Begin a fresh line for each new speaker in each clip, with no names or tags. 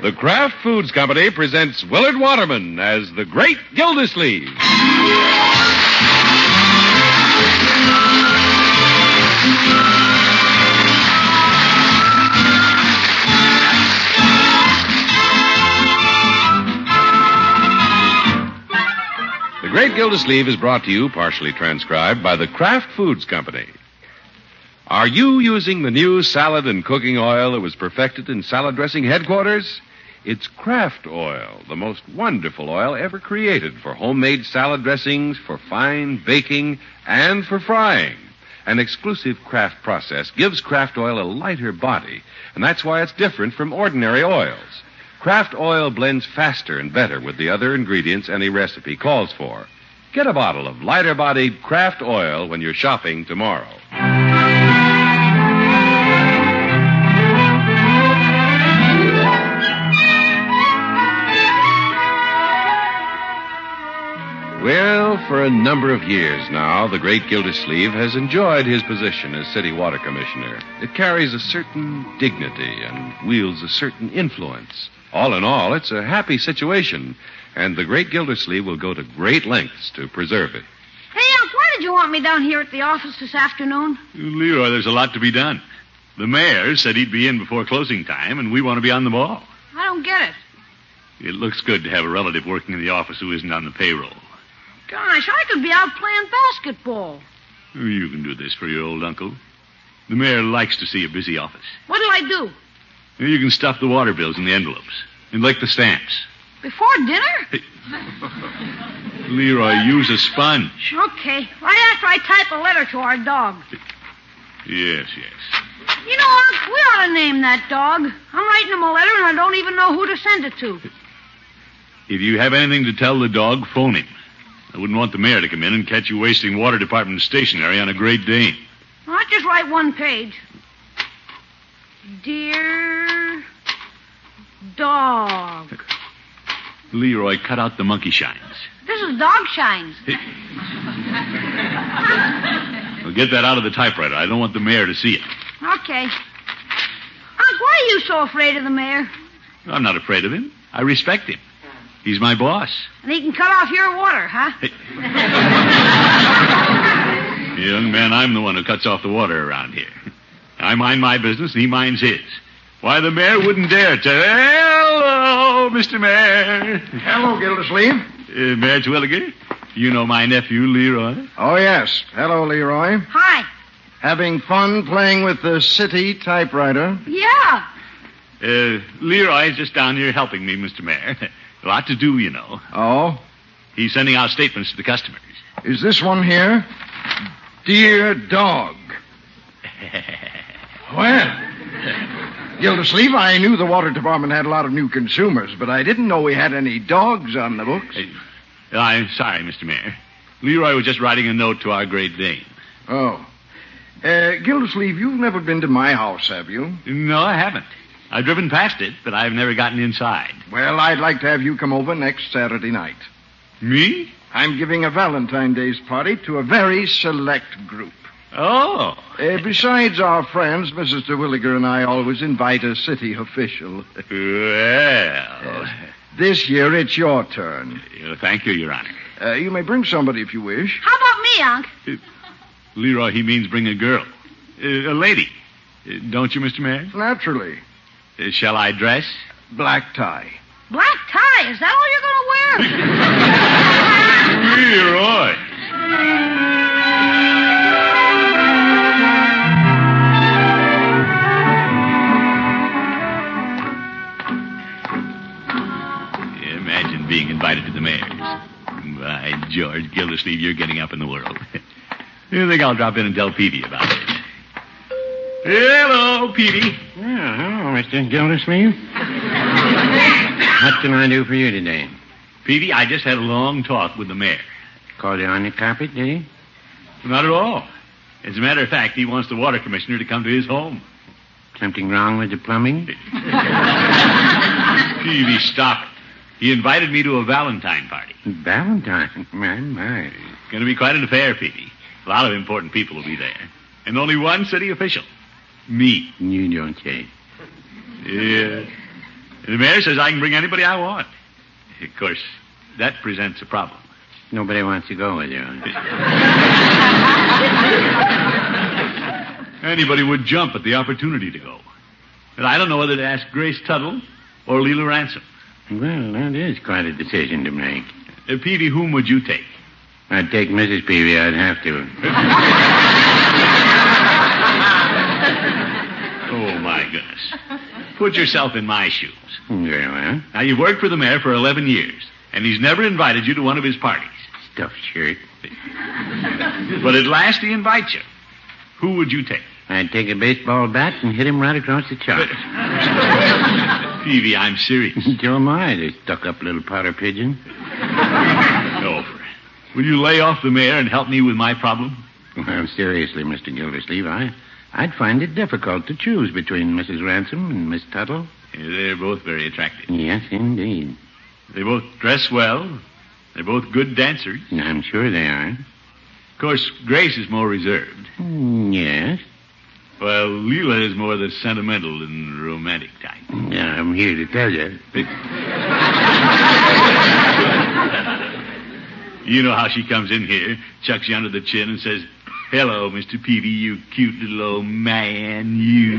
The Kraft Foods Company presents Willard Waterman as the Great Gildersleeve. The Great Gildersleeve is brought to you, partially transcribed, by the Kraft Foods Company. Are you using the new salad and cooking oil that was perfected in salad dressing headquarters? It's Kraft Oil, the most wonderful oil ever created for homemade salad dressings, for fine baking, and for frying. An exclusive Kraft process gives Kraft Oil a lighter body, and that's why it's different from ordinary oils. Kraft Oil blends faster and better with the other ingredients any recipe calls for. Get a bottle of lighter bodied Kraft Oil when you're shopping tomorrow. Well, for a number of years now, the great Gildersleeve has enjoyed his position as city water commissioner. It carries a certain dignity and wields a certain influence. All in all, it's a happy situation, and the great Gildersleeve will go to great lengths to preserve it.
Hey, Unc, why did you want me down here at the office this afternoon?
Leroy, there's a lot to be done. The mayor said he'd be in before closing time, and we want to be on the ball.
I don't get it.
It looks good to have a relative working in the office who isn't on the payroll.
Gosh, I could be out playing basketball.
You can do this for your old uncle. The mayor likes to see a busy office.
What do I do?
You can stuff the water bills in the envelopes and lick the stamps.
Before dinner?
Leroy, use a sponge.
Okay, right after I type a letter to our dog.
Yes, yes.
You know, Unc, we ought to name that dog. I'm writing him a letter and I don't even know who to send it to.
If you have anything to tell the dog, phone him. I wouldn't want the mayor to come in and catch you wasting water department stationery on a Great Dane.
I'll just write one page. Dear dog.
Leroy, cut out the monkey shines.
This is dog shines.
Well, get that out of the typewriter. I don't want the mayor to see it.
Okay. Unc, why are you so afraid of the mayor?
I'm not afraid of him. I respect him. He's my boss.
And he can cut off your water, huh?
Young man, I'm the one who cuts off the water around here. I mind my business, and he minds his. Why, the mayor wouldn't dare to. Hello, Mr. Mayor.
Hello, Gildersleeve.
Uh, mayor Twilliger, you know my nephew, Leroy.
Oh, yes. Hello, Leroy.
Hi.
Having fun playing with the city typewriter?
Yeah.
Uh, Leroy's just down here helping me, Mr. Mayor. A lot to do, you know.
Oh?
He's sending out statements to the customers.
Is this one here? Dear dog. Well, Gildersleeve, I knew the water department had a lot of new consumers, but I didn't know we had any dogs on the books.
Hey, I'm sorry, Mr. Mayor. Leroy was just writing a note to our great dame.
Oh. Uh, Gildersleeve, you've never been to my house, have you?
No, I haven't. I've driven past it, but I've never gotten inside.
Well, I'd like to have you come over next Saturday night.
Me?
I'm giving a Valentine's Day's party to a very select group.
Oh.
Uh, besides our friends, Mrs. DeWilliger and I always invite a city official.
Well.
This year it's your turn.
Uh, Thank you, Your Honor.
Uh, you may bring somebody if you wish.
How about me, Unc?
Leroy, he means bring a girl. Uh, a lady. Uh, don't you, Mr. Mayor?
Naturally.
Uh, shall I dress?
Black tie.
Black tie, is that all you're going to wear?
Leroy. Imagine being invited to the mayor's. By George Gildersleeve, you're getting up in the world. you think I'll drop in and tell Peavy about it? Hello, Peavy.
Yeah, hello, Mr. Gildersleeve. what can I do for you today?
Peavy, I just had a long talk with the mayor.
Called you on the carpet, did he?
Not at all. As a matter of fact, he wants the water commissioner to come to his home.
Something wrong with the plumbing?
Peavy, stop it. He invited me to a Valentine party.
Valentine. My, my.
It's going to be quite an affair, Peavy. A lot of important people will be there. And only one city official. Me.
You don't say.
Yeah. The mayor says I can bring anybody I want. Of course, that presents a problem.
Nobody wants to go with you.
Anybody would jump at the opportunity to go. And I don't know whether to ask Grace Tuttle or Leela Ransom.
Well, that is quite a decision to make.
Uh, Petey, whom would you take?
I'd take Mrs. Peavy. I'd have to.
Oh, my goodness. Put yourself in my shoes.
Very well.
Now, you've worked for the mayor for 11 years, and he's never invited you to one of his parties.
Stuffed shirt.
But at last he invites you. Who would you take?
I'd take a baseball bat and hit him right across the chops.
Peavy, I'm serious.
so am I, the stuck-up little powder pigeon.
No, Fred. Will you lay off the mayor and help me with my problem?
Well, seriously, Mr. Gildersleeve, I, I'd find it difficult to choose between Mrs. Ransom and Miss Tuttle.
Yeah, Eh, They're both very attractive.
Yes, indeed.
They both dress well. They're both good dancers.
I'm sure they are.
Of course, Grace is more reserved,
Mm, yes.
while Leela is more the sentimental and romantic type.
I'm here to tell you.
You know how she comes in here, chucks you under the chin, and says, Hello, Mr. Peavy, you cute little old man, you.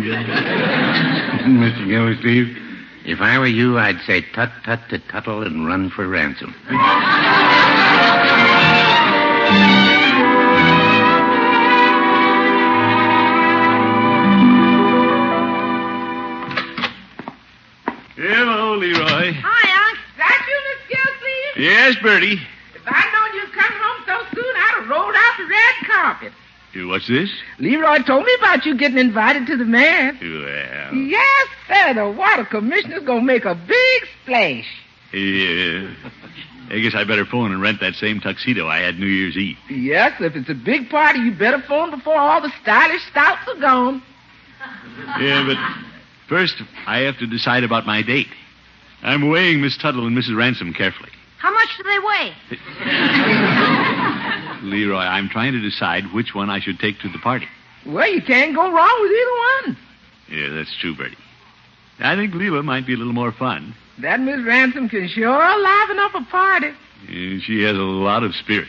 Mr. Gildersleeve, if I were you, I'd say tut tut to Tuttle and run for ransom.
Hello, Leroy.
Hi, Unc.
That you, Miss Gilsleeve?
Yes, Bertie.
If I'd known you'd come home so soon, I'd have rolled out the red carpet.
You What's this?
Leroy told me about you getting invited to the man. Oh.
Well,
Yes, sir. The water commissioner's gonna make a big splash.
yeah. I guess I better phone and rent that same tuxedo I had New Year's Eve.
Yes, if it's a big party, you better phone before all the stylish stouts are gone.
Yeah, but first I have to decide about my date. I'm weighing Miss Tuttle and Mrs. Ransom carefully.
How much do they weigh?
Leroy, I'm trying to decide which one I should take to the party.
Well, you can't go wrong with either one.
Yeah, that's true, Bertie. I think Leela might be a little more fun.
That Miss Ransom can sure liven up a party.
Yeah, Eh, She has a lot of spirit.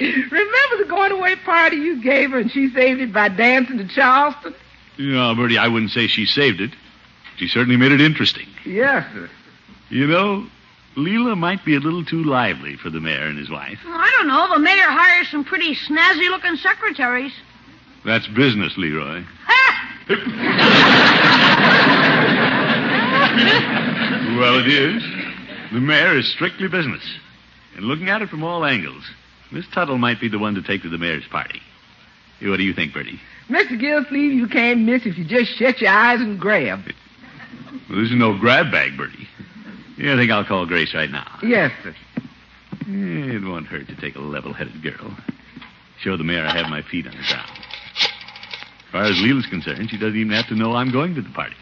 Remember the going away party you gave her and she saved it by dancing to Charleston?
No, Bertie, I wouldn't say she saved it. She certainly made it interesting.
Yes, sir.
You know, Leela might be a little too lively for the mayor and his wife.
Well, I don't know. The mayor hires some pretty snazzy looking secretaries.
That's business, Leroy.
Ha!
Well, it is. The mayor is strictly business. And looking at it from all angles, Miss Tuttle might be the one to take to the mayor's party. What do you think, Bertie?
Mr. Gilsleeve, you can't miss if you just shut your eyes and grab.
Well, this is no grab bag, Bertie. Yeah, I think I'll call Grace right now.
Yes, sir.
Eh, It won't hurt to take a level-headed girl. Show the mayor I have my feet on the ground. As far as Leela's concerned, she doesn't even have to know I'm going to the party.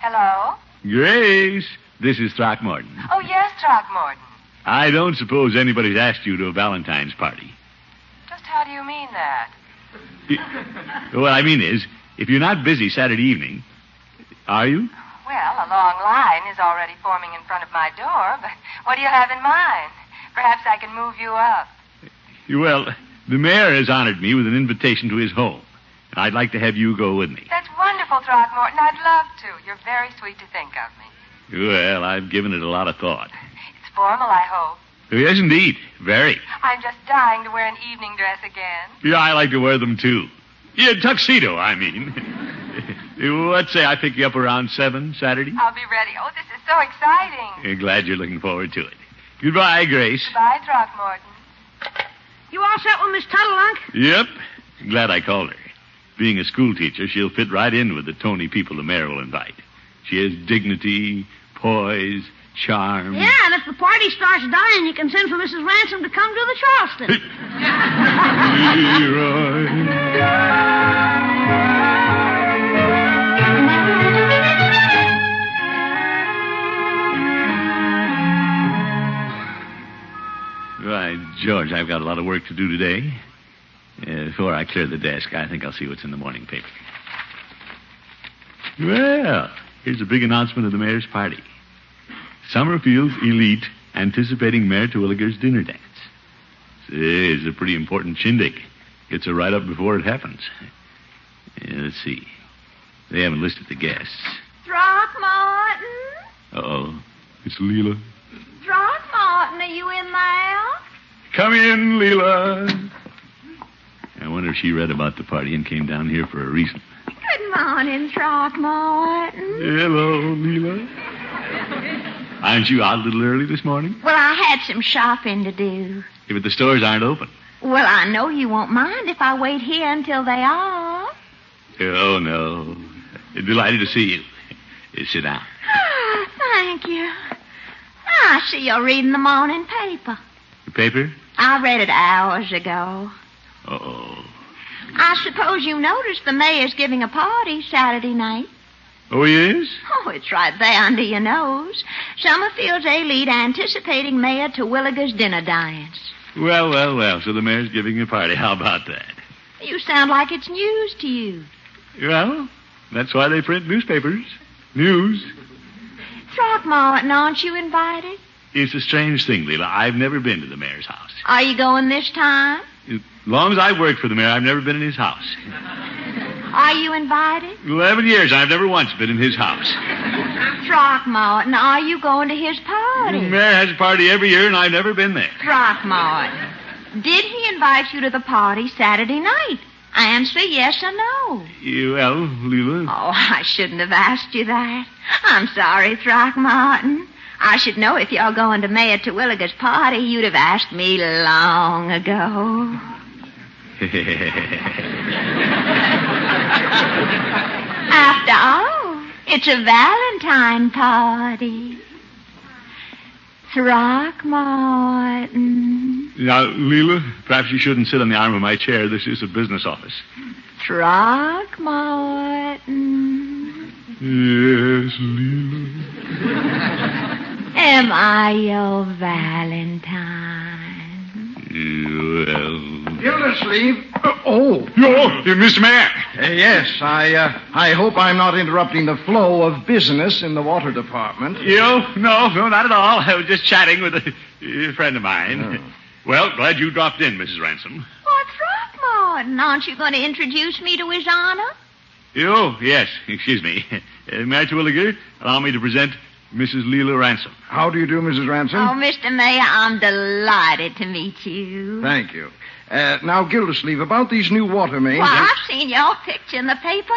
Hello?
Grace, this is Throckmorton.
Oh, yes, Throckmorton.
I don't suppose anybody's asked you to a Valentine's party.
Just how do you mean that?
What I mean is, if you're not busy Saturday evening, are you?
Well, a long line is already forming in front of my door, but what do you have in mind? Perhaps I can move you up.
Well, the mayor has honored me with an invitation to his home. I'd like to have you go with me.
That's wonderful, Throckmorton. I'd love to. You're very sweet to think of me.
Well, I've given it a lot of thought.
It's formal, I hope.
Yes, indeed. Very.
I'm just dying to wear an evening dress again.
Yeah, I like to wear them too. Yeah, tuxedo, I mean. Let's say I pick you up around seven Saturday.
I'll be ready. Oh, this is so exciting.
I'm glad you're looking forward to it. Goodbye, Grace.
Bye, Throckmorton.
You all set with Miss Tuttle, Unc?
Yep. Glad I called her. Being a school teacher, she'll fit right in with the Tony people the mayor will invite. She has dignity, poise, charm.
Yeah, and if the party starts dying, you can send for Mrs. Ransom to come to the Charleston.
Leroy. Right, George, I've got a lot of work to do today. Uh, before I clear the desk, I think I'll see what's in the morning paper. Well, Here's a big announcement of the mayor's party. Summerfield's elite anticipating Mayor Terwilliger's dinner dance. Say, it's a pretty important shindig. Gets a write up before it happens. Yeah, let's see. They haven't listed the guests.
Throckmorton?
Uh oh. It's Leela.
Throckmorton, are you in there?
Come in, Leela. I wonder if she read about the party and came down here for a reason.
Good morning, Throckmorton.
Hello, Leela. Aren't you out a little early this morning?
Well, I had some shopping to do.
Yeah, but the stores aren't open.
Well, I know you won't mind if I wait here until they are.
Oh, no. Delighted to see you. Uh, Sit down.
Ah, Thank you. I see you're reading the morning paper.
The paper?
I read it hours ago.
Uh-oh.
I suppose you noticed the mayor's giving a party Saturday night.
Oh, yes?
Oh, it's right there under your nose. Summerfield's A-lead anticipating Mayor Terwilliger's dinner dance.
Well, well, well. So the mayor's giving a party. How about that?
You sound like it's news to you.
Well, that's why they print newspapers. News.
Throckmorton, aren't you invited?
It's a strange thing, Leela. I've never been to the mayor's house.
Are you going this time?
As long as I've worked for the mayor, I've never been in his house.
Are you invited?
Eleven years, I've never once been in his house.
Throckmorton, are you going to his
The
party?
mayor has a party every year, and I've never been there.
Throckmorton, did he invite you to the party Saturday night? Answer yes or no.
You- Well, Leela.
Oh, I shouldn't have asked you that. I'm sorry, Throckmorton. I should know if you're going to Mayor Terwilliger's party, you'd have asked me long ago. After all, it's a Valentine party. Throckmorton.
now, Leela, perhaps you shouldn't sit on the arm of my chair. This is a business office.
Throckmorton.
Yes, Leela.
Am I your Valentine?
Well.
Gildersleeve. Oh,
Oh, Mr. Mayor.
uh, yes. I uh, I hope I'm not interrupting the flow of business in the water department.
You? No, no, not at all. I was just chatting with a, a friend of mine. Well, glad you dropped in, Mrs. Ransom.
Why, Throckmorton, aren't you going to introduce me to his honor?
You? Yes, excuse me. Uh, Mayor Terwilliger, allow me to present Mrs. Leela Ransom.
How do you do, Mrs. Ransom?
Oh, Mr. Mayor, I'm delighted to meet you.
Thank you. Uh, now, Gildersleeve, about these new water mains.
Well, I've seen your picture in the paper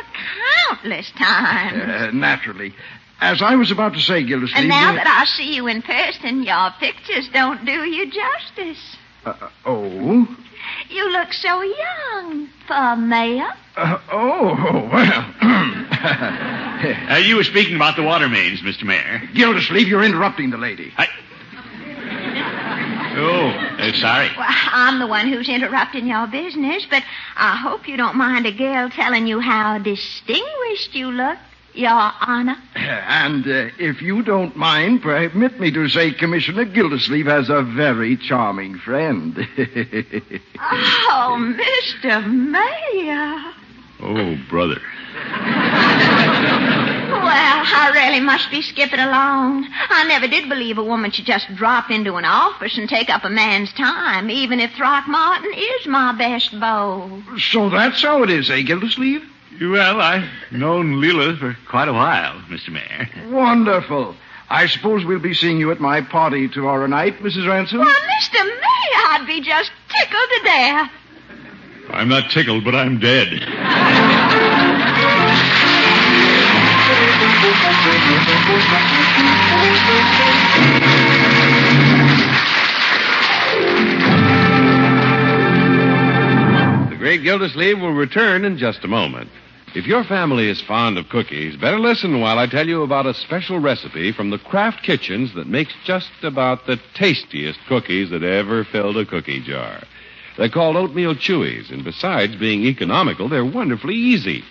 countless times.
Uh, naturally. As I was about to say, Gildersleeve.
And now
we-
that I see you in person, your pictures don't do you justice.
Uh, oh.
You look so young for a mayor.
Uh, oh, well.
Uh, you were speaking about the water mains, Mr. Mayor.
Gildersleeve, you're interrupting the lady.
I... Oh, uh, sorry.
Well, I'm the one who's interrupting your business, but I hope you don't mind a girl telling you how distinguished you look, your honor.
And uh, if you don't mind, permit me to say Commissioner Gildersleeve has a very charming friend.
Oh, Mr. Mayor.
Oh, brother.
Well, I really must be skipping along. I never did believe a woman should just drop into an office and take up a man's time, even if Throckmorton is my best beau.
so that's how it is, eh, Gildersleeve?
Well, I've known Leela for quite a while, Mr. Mayor.
Wonderful. I suppose we'll be seeing you at my party tomorrow night, Mrs. Ransom.
Why, Mr. Mayor, I'd be just tickled to death.
I'm not tickled, but I'm dead.
The Great Gildersleeve will return in just a moment. If your family is fond of cookies, better listen while I tell you about a special recipe from the Kraft Kitchens that makes just about the tastiest cookies that ever filled a cookie jar. They're called oatmeal chewies, and besides being economical, they're wonderfully easy.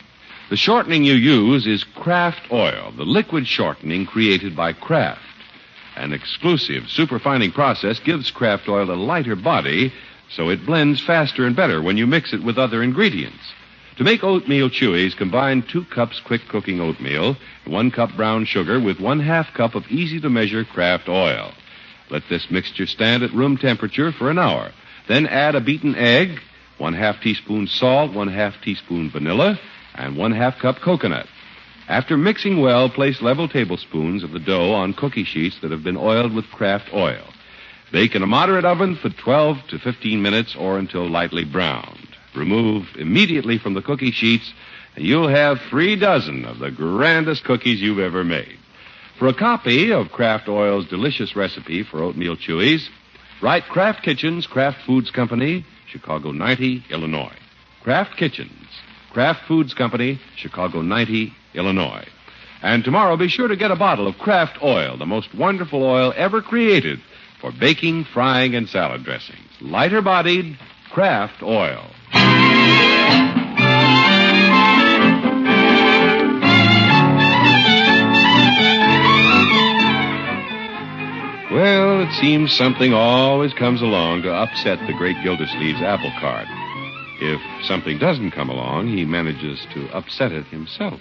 The shortening you use is Kraft Oil, the liquid shortening created by Kraft. An exclusive superfining process gives Kraft Oil a lighter body so it blends faster and better when you mix it with other ingredients. To make oatmeal chewies, combine two cups quick cooking oatmeal, one cup brown sugar with one half cup of easy to measure craft oil. Let this mixture stand at room temperature for an hour. Then add a beaten egg, one half teaspoon salt, one half teaspoon vanilla, and one half cup coconut. After mixing well, place level tablespoons of the dough on cookie sheets that have been oiled with craft oil. Bake in a moderate oven for 12 to 15 minutes or until lightly browned. Remove immediately from the cookie sheets, and you'll have three dozen of the grandest cookies you've ever made. For a copy of Kraft Oil's delicious recipe for oatmeal chewies, write Kraft Kitchens, Kraft Foods Company, Chicago 90, Illinois. Kraft Kitchens, Kraft Foods Company, Chicago 90, Illinois. And tomorrow be sure to get a bottle of Kraft Oil, the most wonderful oil ever created for baking, frying, and salad dressings. Lighter bodied, Kraft Oil. Well, it seems something always comes along to upset the great Gildersleeve's apple cart. If something doesn't come along, he manages to upset it himself.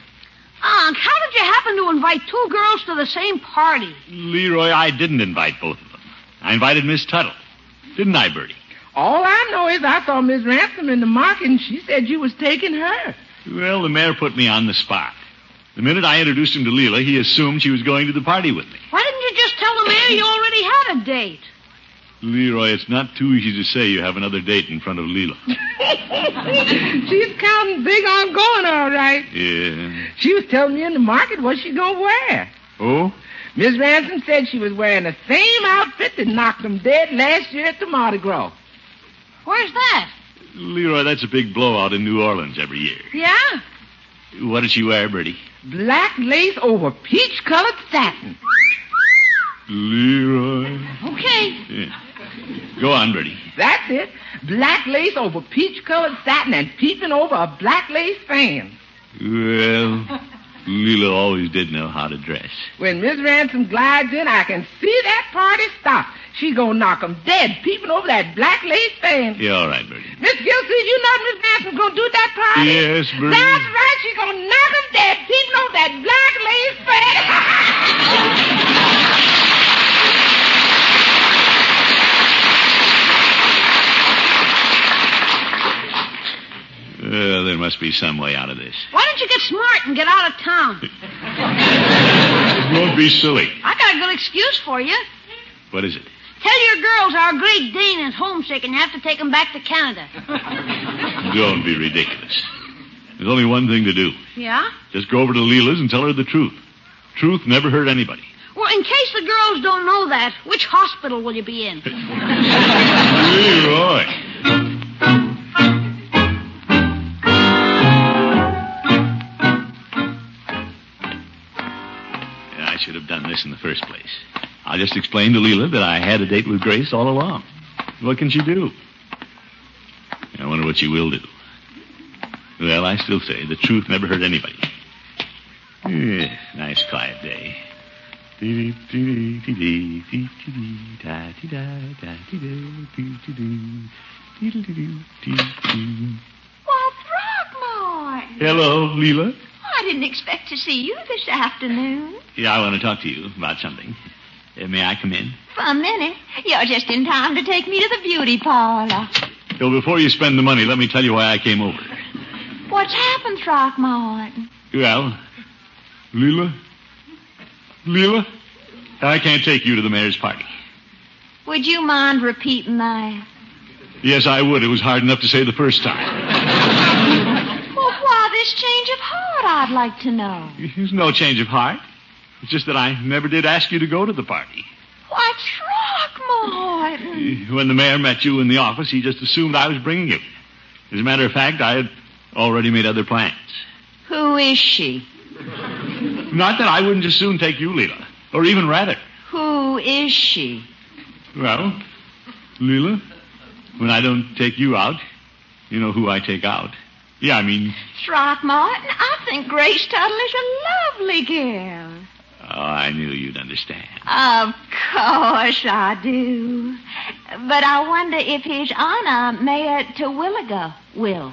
Unc, how did you happen to invite two girls to the same party?
Leroy, I didn't invite both of them. I invited Miss Tuttle. Didn't I, Bertie?
All I know is I saw Miss Ransom in the market, and she said you was taking her.
Well, the mayor put me on the spot. The minute I introduced him to Leela, he assumed she was going to the party with me.
Why didn't you just tell the mayor you already had a date?
Leroy, it's not too easy to say you have another date in front of Leela.
She's counting big on going, all right.
Yeah.
She was telling me in the market what she gonna wear.
Oh?
Miss Ransom said she was wearing the same outfit that knocked them dead last year at the Mardi Gras.
Where's that?
Leroy, that's a big blowout in New Orleans every year.
Yeah?
What did she wear, Bertie?
Black lace over peach colored satin.
Leroy.
Okay.
Yeah. Go on, Bertie.
That's it. Black lace over peach colored satin and peeping over a black lace fan.
Well, Leela always did know how to dress.
When Miss Ransom glides in, I can see that party stop. She gonna knock 'em dead, peeping over that black lace fan.
Yeah, all right, Bertie.
Miss Gilsey, you know Miss Ransom's gonna do at that party?
Yes, Bertie.
That's right, she's gonna knock 'em dead, peeping over that black lace fan.
Well, there must be some way out of this.
Why don't you get smart and get out of town?
Don't be silly.
I got a good excuse for you.
What is it?
Tell your girls our great Dane is homesick and you have to take him back to Canada.
Don't be ridiculous. There's only one thing to do.
Yeah?
Just go over to Leela's and tell her the truth. Truth never hurt anybody.
Well, in case the girls don't know that, which hospital will you be in?
Leroy. Yeah, I should have done this in the first place. I'll just explain to Leela that I had a date with Grace all along. What can she do? I wonder what she will do. Well, I still say the truth never hurt anybody. Yeah, nice quiet day. Hello,
Why, Throckmorton!
Leela.
I didn't expect to see you this afternoon.
Yeah, I want to talk to you about something. Uh, may I come in?
For a minute, you're just in time to take me to the beauty parlor.
Well, before you spend the money, let me tell you why I came over.
What's happened, Throckmorton?
Well, Leela? Leela? I can't take you to the mayor's party.
Would you mind repeating that?
Yes, I would. It was hard enough to say the first time.
Well, why this change of heart, I'd like to know.
There's no change of heart. It's just that I never did ask you to go to the party.
Why, Throckmorton!
When the mayor met you in the office, he just assumed I was bringing you. As a matter of fact, I had already made other plans.
Who is she?
Not that I wouldn't just soon take you, Leela. Or even rather.
Who is she?
Well, Leela, when I don't take you out, you know who I take out. Yeah, I mean,
Throckmorton, I think Grace Tuttle is a lovely girl.
oh, I knew you'd understand.
Of course I do. But I wonder if his honor, Mayor Terwilliger, will.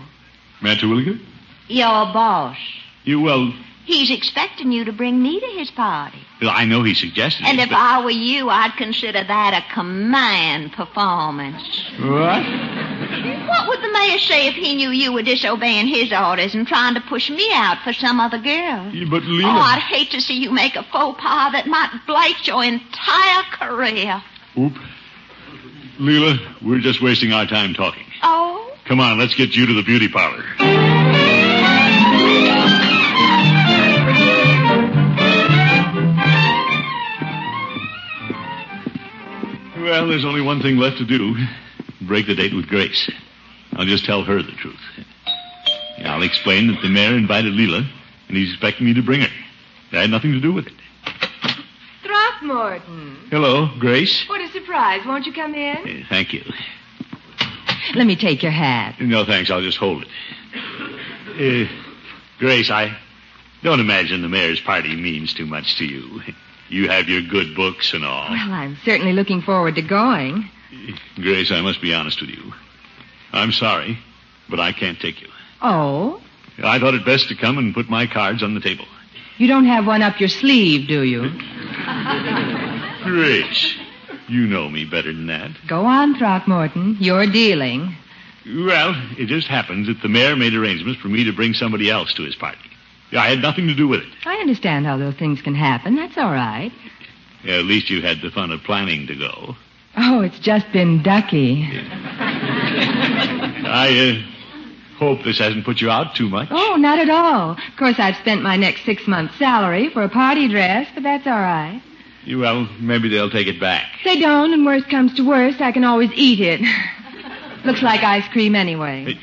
Matt Terwilliger?
Your boss.
You, well,
He's expecting you to bring me to his party.
I know he suggested
And
it,
if
but-
I were you, I'd consider that a command performance.
What?
What would the mayor say if he knew you were disobeying his orders and trying to push me out for some other girl?
Yeah, But Lena...
Oh, I'd hate to see you make a faux pas that might blight your entire career.
Oop. Leela, we're just wasting our time talking.
Oh?
Come on, let's get you to the beauty parlor. Well, there's only one thing left to do break the date with Grace. I'll just tell her the truth. I'll explain that the mayor invited Leela, and he's expecting me to bring her. I had nothing to do with it.
Throckmorton.
Hello, Grace.
What a surprise. Won't you come in?
Eh, Thank you.
Let me take your hat.
No, thanks. I'll just hold it. Uh, Grace, I don't imagine the mayor's party means too much to you. You have your good books and all.
Well, I'm certainly looking forward to going.
Grace, I must be honest with you. I'm sorry, but I can't take you.
Oh,
I thought it best to come and put my cards on the table.
you don't have one up your sleeve, do you?
Mm-hmm. Grace, you know me better than that.
Go on, Throckmorton. You're dealing.
Well, it just happens that the mayor made arrangements for me to bring somebody else to his party. I had nothing to do with it.
I understand how those things can happen. That's all right.
At least you had the fun of planning to go.
Oh, it's just been ducky.
I uh, hope this hasn't put you out too much.
Oh, not at all. Of course, I've spent my next six months' salary for a party dress, but that's all right.
You- Well, maybe they'll take it back.
They don't, and worst comes to worst, I can always eat it. Looks like ice cream anyway.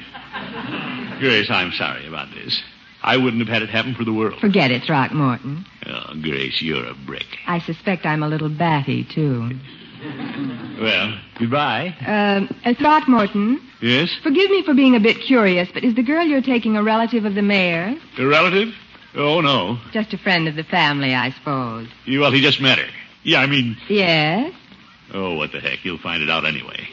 Grace, I'm sorry about this. I wouldn't have had it happen for the world.
Forget it, Throckmorton.
Oh, Grace, you're a brick.
I suspect I'm a little batty, too.
Well, goodbye.
Um, Uh, Throckmorton,
Yes?
forgive me for being a bit curious, but is the girl you're taking a relative of the mayor?
A relative? Oh, no.
Just a friend of the family, I suppose.
You- Well, he just met her. Yeah, I mean,
Yes?
oh, what the heck. You'll find it out anyway.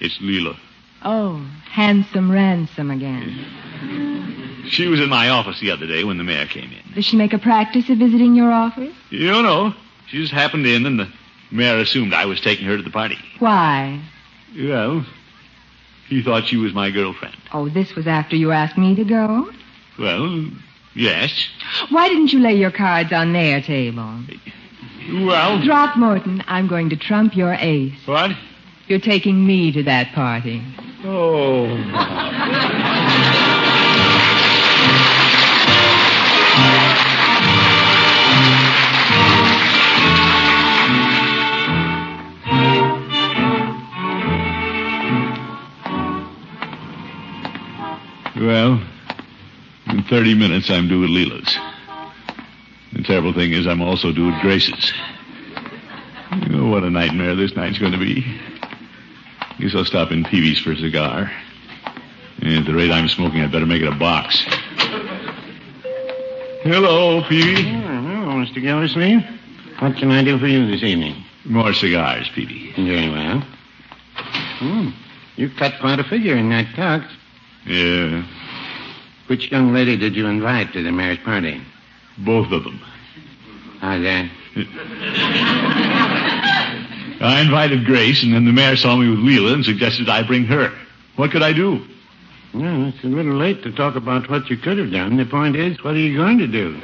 It's Leela.
Oh, handsome ransom again.
She was in my office the other day when the mayor came in.
Does she make a practice of visiting your office?
You know, she just happened in, and the mayor assumed I was taking her to the party.
Why?
Well, he thought she was my girlfriend.
Oh, this was after you asked me to go?
Well, yes.
Why didn't you lay your cards on their table?
Well,
Throckmorton, I'm going to trump your ace.
what?
You're taking me to that party.
Oh. Well, in 30 minutes, I'm due at Leela's. The terrible thing is, I'm also due at Grace's. Oh, what a nightmare this night's going to be. Guess I'll stop in Peavy's for a cigar. And at the rate I'm smoking, I'd better make it a box. Hello, Peavy.
Hello, Mr. Gildersleeve. What can I do for you this evening?
More cigars, Peavy.
Very well. Hmm. You cut quite a figure in that talk.
Yeah,
Which young lady did you invite to the mayor's party?
both of them.
How's that?
I invited Grace, and then the mayor saw me with Leela and suggested I bring her. What could I do?
Well, it's a little late to talk about what you could have done. The point is, what are you going to do?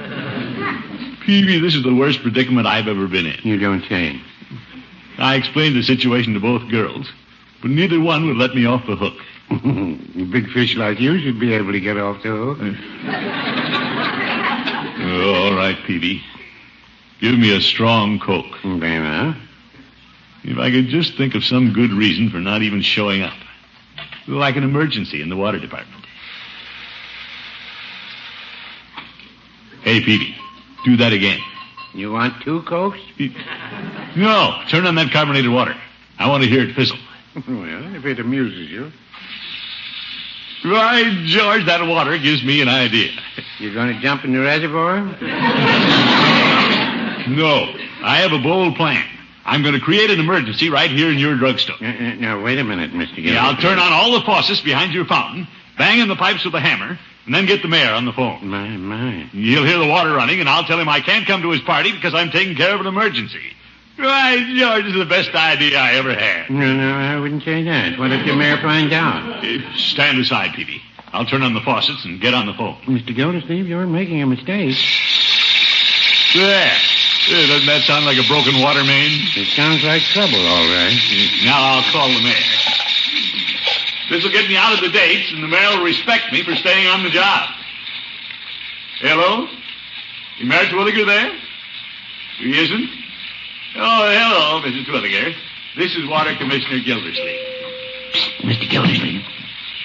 Peavy, this is the worst predicament I've ever been in.
You don't say.
I explained the situation to both girls, but neither one would let me off the hook.
a big fish like you should be able to get off the hook.
Oh, all right, Peavy. Give me a strong Coke.
Very well.
If I could just think of some good reason for not even showing up. Like an emergency in the water department. Hey, Peavy, do that again.
You want two cokes?
No, turn on that carbonated water. I want to hear it fizzle.
well, if it amuses you.
Right, George, that water gives me an idea.
You're going to jump in the reservoir?
No, I have a bold plan. I'm going to create an emergency right here in your drugstore.
Uh, uh, now, wait a minute, Mr. Gildersleeve.
Yeah, I'll turn on all the faucets behind your fountain bang in the pipes with a hammer, and then get the mayor on the phone.
My, my.
You'll hear the water running, and I'll tell him I can't come to his party because I'm taking care of an emergency. Right, George is the best idea I ever had.
No, no, I wouldn't say that. What if the mayor finds out?
Uh, Stand aside, Peavy. I'll turn on the faucets and get on the phone.
Mr. Gildersleeve, you're making a mistake.
There. Uh, Doesn't that sound like a broken water main?
It sounds like trouble, all right.
Now I'll call the mayor. This will get me out of the dates, and the mayor will respect me for staying on the job. Hello? You married Twilliger there? He isn't? Oh, hello, Mrs. Twilliger. This is Water Commissioner Gildersleeve.
Mr. Gildersleeve.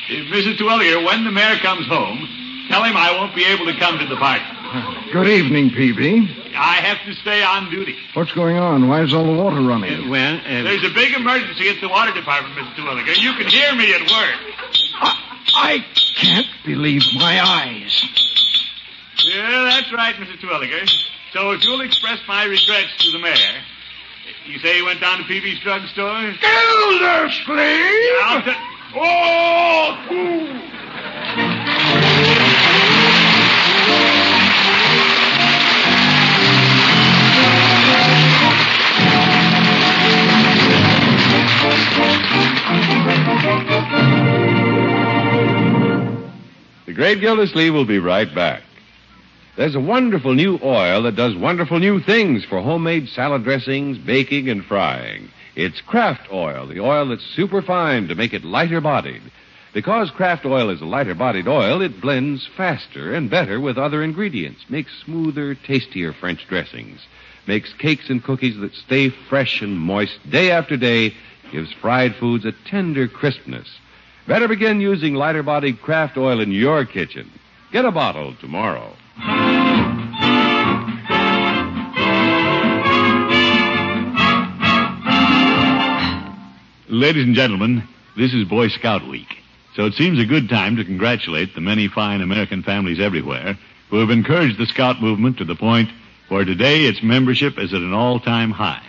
If Mrs. Twilliger, when the mayor comes home, tell him I won't be able to come to the party.
Good evening, PB.
I have to stay on duty.
What's going on? Why is all the water running?
Well, uh,
There's a big emergency at the water department, Mrs. Twilliger. You can hear me at work.
I can't believe my eyes.
Yeah, that's right, Mr. Twilliger. So if you'll express my regrets to the mayor, you say you went down to PB's drugstore?
Gildersleeve!
I'll t- oh! ooh.
The Great Gildersleeve will be right back. There's a wonderful new oil that does wonderful new things for homemade salad dressings, baking, and frying. It's Kraft Oil, the oil that's superfine to make it lighter bodied. Because Kraft Oil is a lighter bodied oil, it blends faster and better with other ingredients, makes smoother, tastier French dressings, makes cakes and cookies that stay fresh and moist day after day, gives fried foods a tender crispness. Better begin using lighter bodied craft oil in your kitchen. Get a bottle tomorrow.
Ladies and gentlemen, this is Boy Scout Week. So it seems a good time to congratulate the many fine American families everywhere who have encouraged the Scout movement to the point where today its membership is at an all-time high.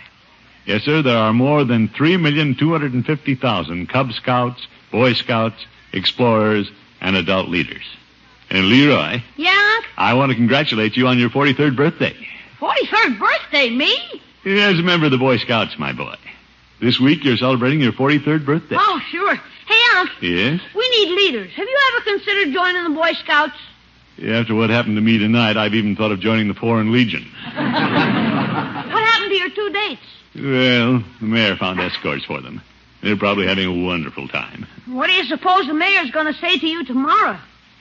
Yes, sir, there are more than 3,250,000 Cub Scouts, Boy Scouts, Explorers, and adult leaders. And Leroy,
Yeah, Unc?
I want to congratulate you on your 43rd birthday.
43rd birthday, me?
As a member of the Boy Scouts, my boy. This week you're celebrating your 43rd birthday.
Oh, sure. Hey, Unc,
Yes?
we need leaders. Have you ever considered joining the Boy Scouts?
After what happened to me tonight, I've even thought of joining the Foreign Legion.
What happened to your two dates?
Well, the mayor found escorts for them. They're probably having a wonderful time.
What do you suppose the mayor's going to say to you tomorrow?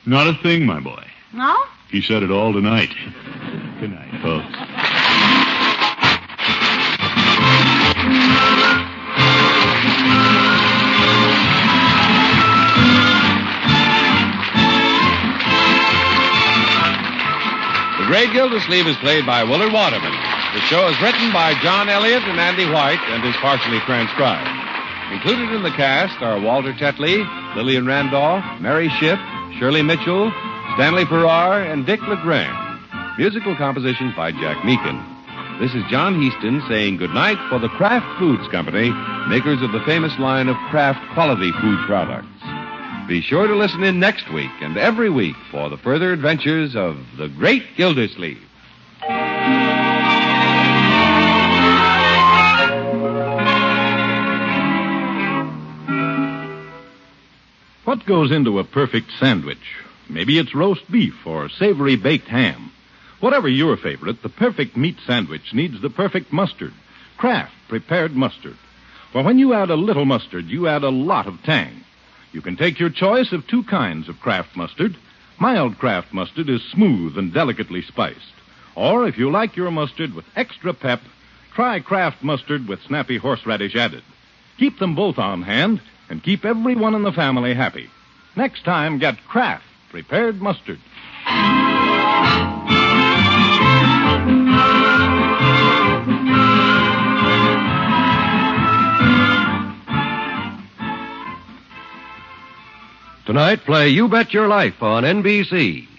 Not a thing, my boy.
No?
He said it all tonight. Good night, folks.
The Great Gildersleeve is played by Willard Waterman. The show is written by John Elliott and Andy White and is partially transcribed. Included in the cast are Walter Tetley, Lillian Randolph, Mary Schiff, Shirley Mitchell, Stanley Farrar, and Dick LeGrand. Musical compositions by Jack Meakin. This is John Heaston saying goodnight for the Kraft Foods Company, makers of the famous line of Kraft quality food products. Be sure to listen in next week and every week for the further adventures of the Great Gildersleeve.
What goes into a perfect sandwich? Maybe it's roast beef or savory baked ham. Whatever your favorite, the perfect meat sandwich needs the perfect mustard. Kraft prepared mustard. For when you add a little mustard, you add a lot of tang. You can take your choice of two kinds of Kraft mustard. Mild Kraft mustard is smooth and delicately spiced. Or if you like your mustard with extra pep, try Kraft mustard with snappy horseradish added. Keep them both on hand and keep everyone in the family happy. Next time, get Kraft prepared mustard.
Tonight, play You Bet Your Life on NBC.